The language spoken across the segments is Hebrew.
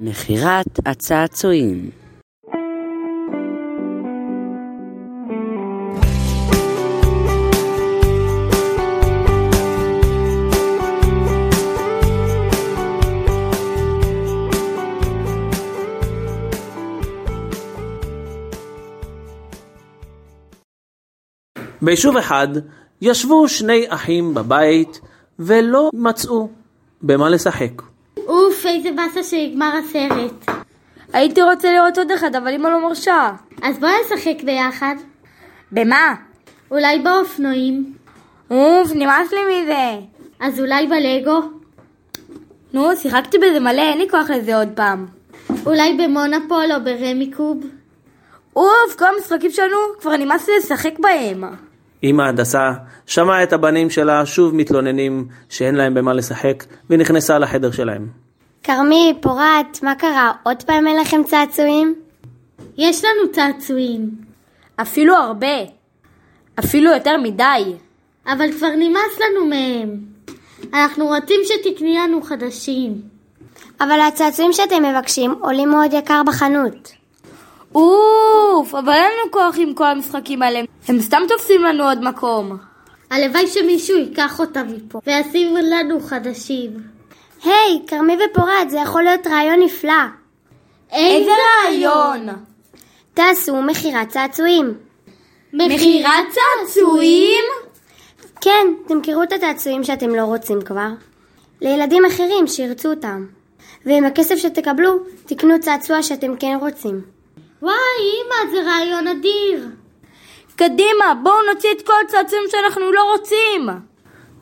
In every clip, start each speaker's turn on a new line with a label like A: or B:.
A: מכירת הצעצועים
B: ביישוב אחד ישבו שני אחים בבית ולא מצאו במה לשחק.
C: אוף, איזה באסה שנגמר הסרט.
D: הייתי רוצה לראות עוד אחד, אבל אמא לא מרשה.
C: אז בוא נשחק ביחד.
D: במה?
C: אולי באופנועים.
D: אוף, נמאס לי מזה.
C: אז אולי בלגו.
D: נו, שיחקתי בזה מלא, אין לי כוח לזה עוד פעם.
C: אולי במונופול או ברמי קוב.
D: אוף, כל המשחקים שלנו, כבר נמאס לי לשחק בהם.
B: אמא הדסה שמעה את הבנים שלה שוב מתלוננים שאין להם במה לשחק ונכנסה לחדר שלהם.
E: כרמי, פורת, מה קרה? עוד פעם אין לכם צעצועים?
C: יש לנו צעצועים.
D: אפילו הרבה. אפילו יותר מדי.
C: אבל כבר נמאס לנו מהם. אנחנו רוצים שתקני לנו חדשים.
E: אבל הצעצועים שאתם מבקשים עולים מאוד יקר בחנות.
D: אוף, אבל אין לנו כוח עם כל המשחקים האלה. הם סתם תופסים לנו עוד מקום.
C: הלוואי שמישהו ייקח אותם מפה וישים לנו חדשים.
E: היי, כרמי ופורת, זה יכול להיות רעיון נפלא.
C: איזה
E: תעשו מכירת צעצועים.
C: מכירת צעצועים?
E: כן, תמכרו את הצעצועים שאתם לא רוצים כבר. לילדים אחרים שירצו אותם. ועם הכסף שתקבלו, תקנו צעצוע שאתם כן רוצים.
C: וואי, אמא, זה רעיון אדיר.
D: קדימה, בואו נוציא את כל הצעצועים שאנחנו לא רוצים.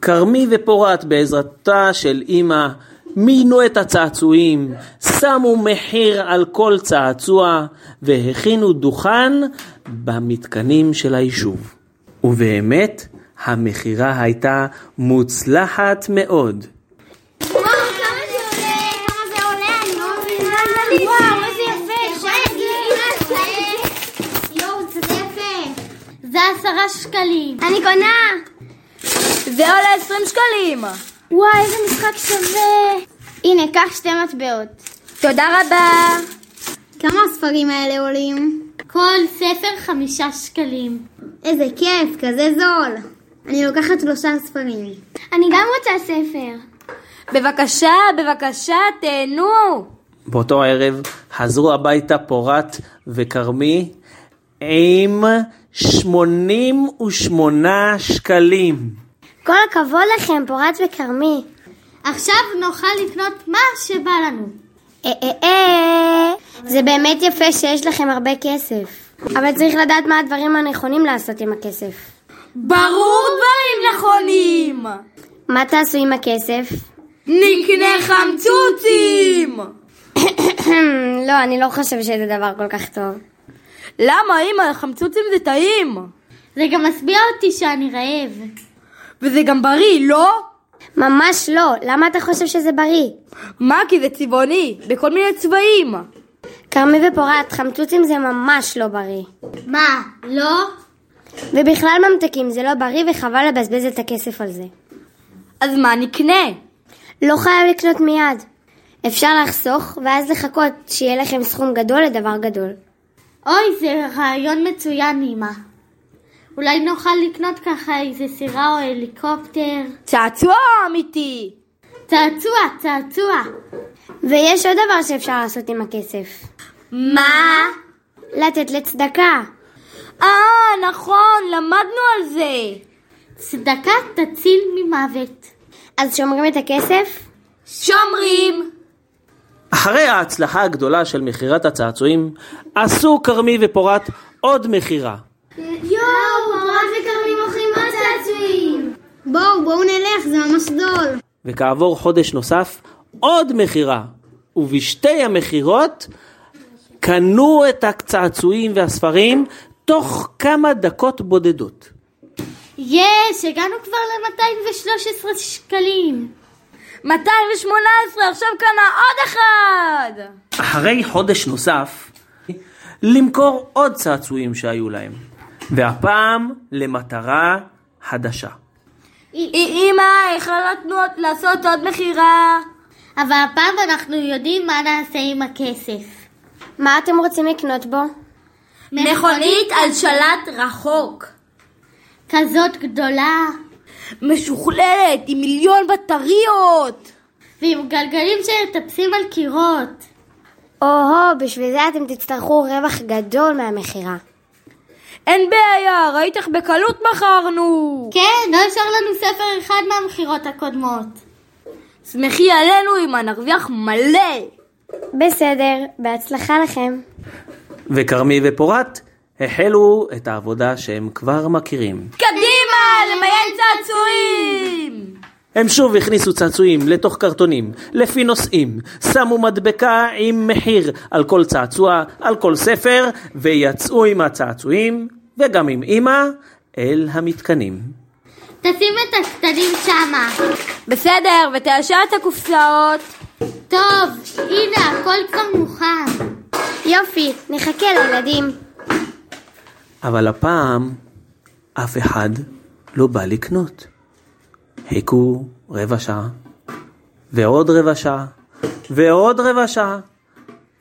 B: כרמי ופורת בעזרתה של אמא מינו את הצעצועים, שמו מחיר על כל צעצוע והכינו דוכן במתקנים של היישוב. ובאמת, המכירה הייתה מוצלחת מאוד.
C: זה עשרה שקלים.
E: אני קונה!
D: זה עולה 20 שקלים.
E: וואי, איזה משחק שווה! הנה, קח שתי מטבעות.
D: תודה רבה.
E: כמה הספרים האלה עולים?
C: כל ספר חמישה שקלים.
E: איזה כיף, כזה זול. אני לוקחת שלושה ספרים. אני גם רוצה ספר.
D: בבקשה, בבקשה, תהנו.
B: באותו הערב חזרו הביתה פורת וכרמי עם 88 שקלים.
E: כל הכבוד לכם, פורת וכרמי.
C: עכשיו נוכל לקנות מה שבא לנו.
E: אה, אה, אה. זה באמת יפה שיש לכם הרבה כסף. אבל צריך לדעת מה הדברים הנכונים לעשות עם הכסף.
D: ברור דברים נכונים.
E: מה תעשו עם הכסף?
D: נקנה חמצוצים!
E: לא, אני לא חושב שזה דבר כל כך טוב.
D: למה, אמא? חמצוצים זה טעים!
C: זה גם משביע אותי שאני רעב.
D: וזה גם בריא, לא?
E: ממש לא, למה אתה חושב שזה בריא?
D: מה, כי זה צבעוני, בכל מיני צבעים.
E: כרמי ופורת, חמצוצים זה ממש לא בריא.
C: מה, לא?
E: ובכלל ממתקים זה לא בריא וחבל לבזבז את הכסף על זה.
D: אז מה נקנה?
E: לא חייב לקנות מיד. אפשר לחסוך ואז לחכות שיהיה לכם סכום גדול לדבר גדול.
C: אוי, זה רעיון מצוין, אמא. אולי נוכל לקנות ככה איזה סירה או הליקופטר.
D: צעצוע אמיתי!
C: צעצוע, צעצוע.
E: ויש עוד דבר שאפשר לעשות עם הכסף.
D: מה?
E: לתת לצדקה.
D: אה, נכון, למדנו על זה!
C: צדקה תציל ממוות.
E: אז שומרים את הכסף?
D: שומרים!
B: אחרי ההצלחה הגדולה של מכירת הצעצועים, עשו כרמי ופורת עוד מכירה.
C: יואו, פרות וכרמים מוכרים עוד צעצועים.
E: בואו, בואו נלך, זה ממש זול.
B: וכעבור חודש נוסף, עוד מכירה. ובשתי המכירות קנו את הצעצועים והספרים תוך כמה דקות בודדות.
C: יש, הגענו כבר ל-213 שקלים.
D: 218, עכשיו קנה עוד אחד!
B: אחרי חודש נוסף, למכור עוד צעצועים שהיו להם, והפעם למטרה חדשה.
D: אמא, החלטנו לעשות עוד מכירה.
C: אבל הפעם אנחנו יודעים מה נעשה עם הכסף.
E: מה אתם רוצים לקנות בו?
D: מכונית על שלט רחוק.
C: כזאת גדולה,
D: משוכללת, עם מיליון בטריות!
C: ועם גלגלים שמטפסים על קירות.
E: או-הו, בשביל זה אתם תצטרכו רווח גדול מהמכירה.
D: אין בעיה, ראית איך בקלות מכרנו!
C: כן, לא השאר לנו ספר אחד מהמכירות הקודמות.
D: שמחי עלינו אם נרוויח מלא!
E: בסדר, בהצלחה לכם.
B: וכרמי ופורת החלו את העבודה שהם כבר מכירים.
D: קדימה, למיין צעצועים!
B: הם שוב הכניסו צעצועים לתוך קרטונים, לפי נושאים, שמו מדבקה עם מחיר על כל צעצוע, על כל ספר, ויצאו עם הצעצועים, וגם עם אמא, אל המתקנים.
C: תשים את הקטנים שמה.
D: בסדר, ותאשר את הקופסאות.
C: טוב, הנה, הכל כבר מוכן.
E: יופי, נחכה לילדים.
B: אבל הפעם אף אחד לא בא לקנות. חיכו רבע שעה, ועוד רבע שעה, ועוד רבע שעה.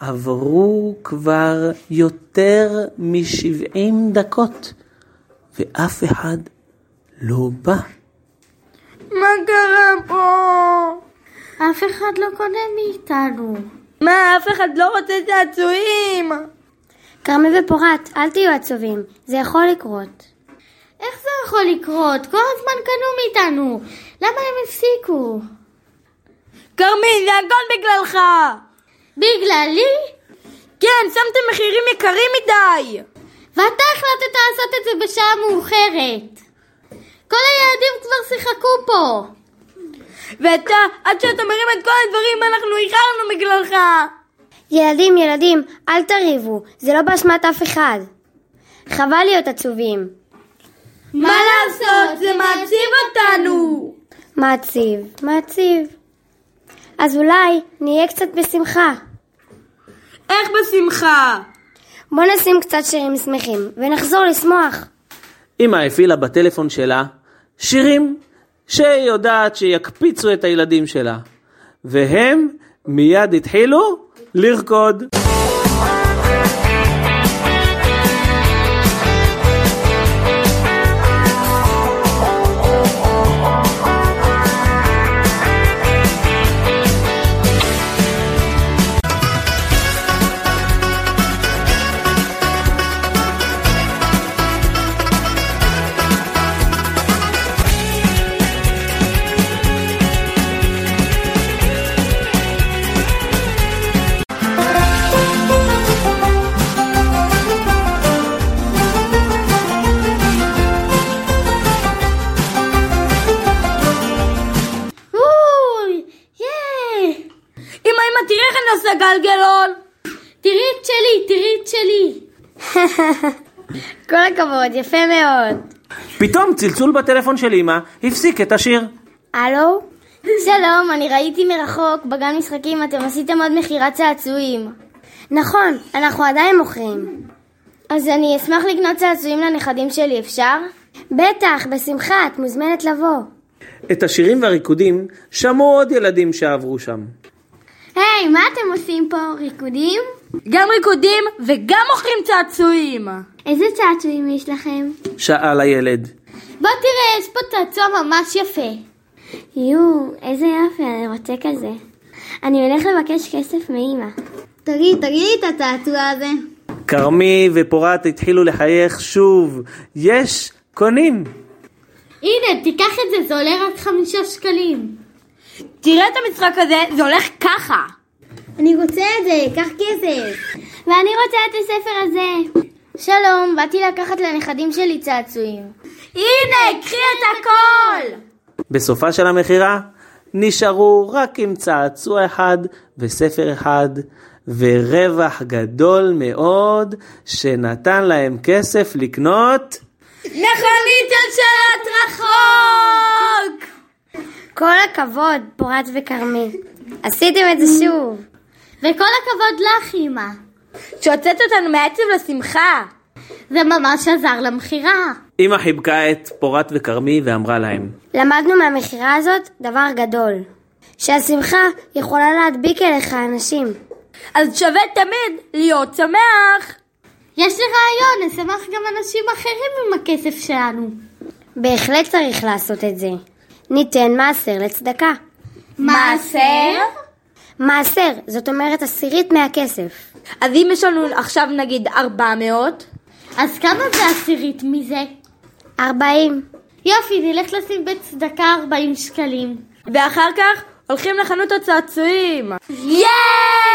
B: עברו כבר יותר מ-70 דקות, ואף אחד לא בא.
D: מה קרה פה?
C: אף אחד לא קונה מאיתנו.
D: מה, אף אחד לא רוצה צעצועים?
E: כרמי ופורת, אל תהיו עצובים, זה יכול לקרות.
C: איך זה יכול לקרות? כל הזמן קנו מאיתנו. למה הם הפסיקו?
D: כרמי, זה הכל בגללך!
C: בגללי?
D: כן, שמתם מחירים יקרים מדי!
C: ואתה החלטת לעשות את זה בשעה מאוחרת. כל הילדים כבר שיחקו פה.
D: ואתה, עד שאתה מרים את כל הדברים, אנחנו איחרנו בגללך!
E: ילדים, ילדים, אל תריבו, זה לא באשמת אף אחד. חבל להיות עצובים.
D: מה לעשות? זה מעציב אותנו!
E: מעציב, מעציב. אז אולי נהיה קצת בשמחה.
D: איך בשמחה?
E: בוא נשים קצת שירים שמחים, ונחזור לשמוח.
B: אמא הפעילה בטלפון שלה שירים שהיא יודעת שיקפיצו את הילדים שלה. והם מיד התחילו לרקוד.
C: אוי, יא!
D: אמא, אמא, תראה איך אני עושה גלגלון!
C: תראי את שלי, תראי את שלי.
E: כל הכבוד, יפה מאוד.
B: פתאום צלצול בטלפון של אמא הפסיק את השיר.
E: הלו?
C: שלום, אני ראיתי מרחוק בגן משחקים, אתם עשיתם עוד מכירת צעצועים.
E: נכון, אנחנו עדיין מוכרים.
C: אז אני אשמח לקנות צעצועים לנכדים שלי, אפשר?
E: בטח, בשמחה, את מוזמנת לבוא.
B: את השירים והריקודים שמעו עוד ילדים שעברו שם.
C: היי, מה אתם עושים פה? ריקודים?
D: גם ריקודים וגם אוכלים צעצועים!
C: איזה צעצועים יש לכם?
B: שאל הילד.
C: בוא תראה, יש פה צעצוע ממש יפה.
E: יואו, איזה יופי, אני רוצה כזה. אני הולך לבקש כסף מאימא. תגיד, תגיד את התעתוע הזה.
B: כרמי ופורת התחילו לחייך שוב. יש קונים.
C: הנה, תיקח את זה, זה עולה רק חמישה שקלים.
D: תראה את המשחק הזה, זה הולך ככה!
C: אני רוצה את זה, קח כסף. ואני רוצה את הספר הזה. שלום, באתי לקחת לנכדים שלי צעצועים.
D: הנה, קחי את הכל!
B: בסופה של המכירה נשארו רק עם צעצוע אחד וספר אחד ורווח גדול מאוד שנתן להם כסף לקנות
D: מכונית על שלט רחוק!
E: כל הכבוד, פורת וכרמי. עשיתם את זה שוב.
C: וכל הכבוד לך, אמא.
D: שהוצאת אותנו מעצב לשמחה!
C: זה ממש עזר למכירה.
B: אמא חיבקה את פורת וכרמי ואמרה להם
E: למדנו מהמכירה הזאת דבר גדול. שהשמחה יכולה להדביק אליך אנשים.
D: אז שווה תמיד להיות שמח.
C: יש לי רעיון, נשמח גם אנשים אחרים עם הכסף שלנו.
E: בהחלט צריך לעשות את זה. ניתן מעשר לצדקה.
D: מעשר?
E: מעשר, זאת אומרת עשירית מהכסף.
D: אז אם יש לנו עכשיו נגיד 400,
C: אז כמה זה עשירית מזה?
E: 40.
C: יופי, נלך לשים בצדקה 40 שקלים.
D: ואחר כך הולכים לחנות הצעצועים. יאיי!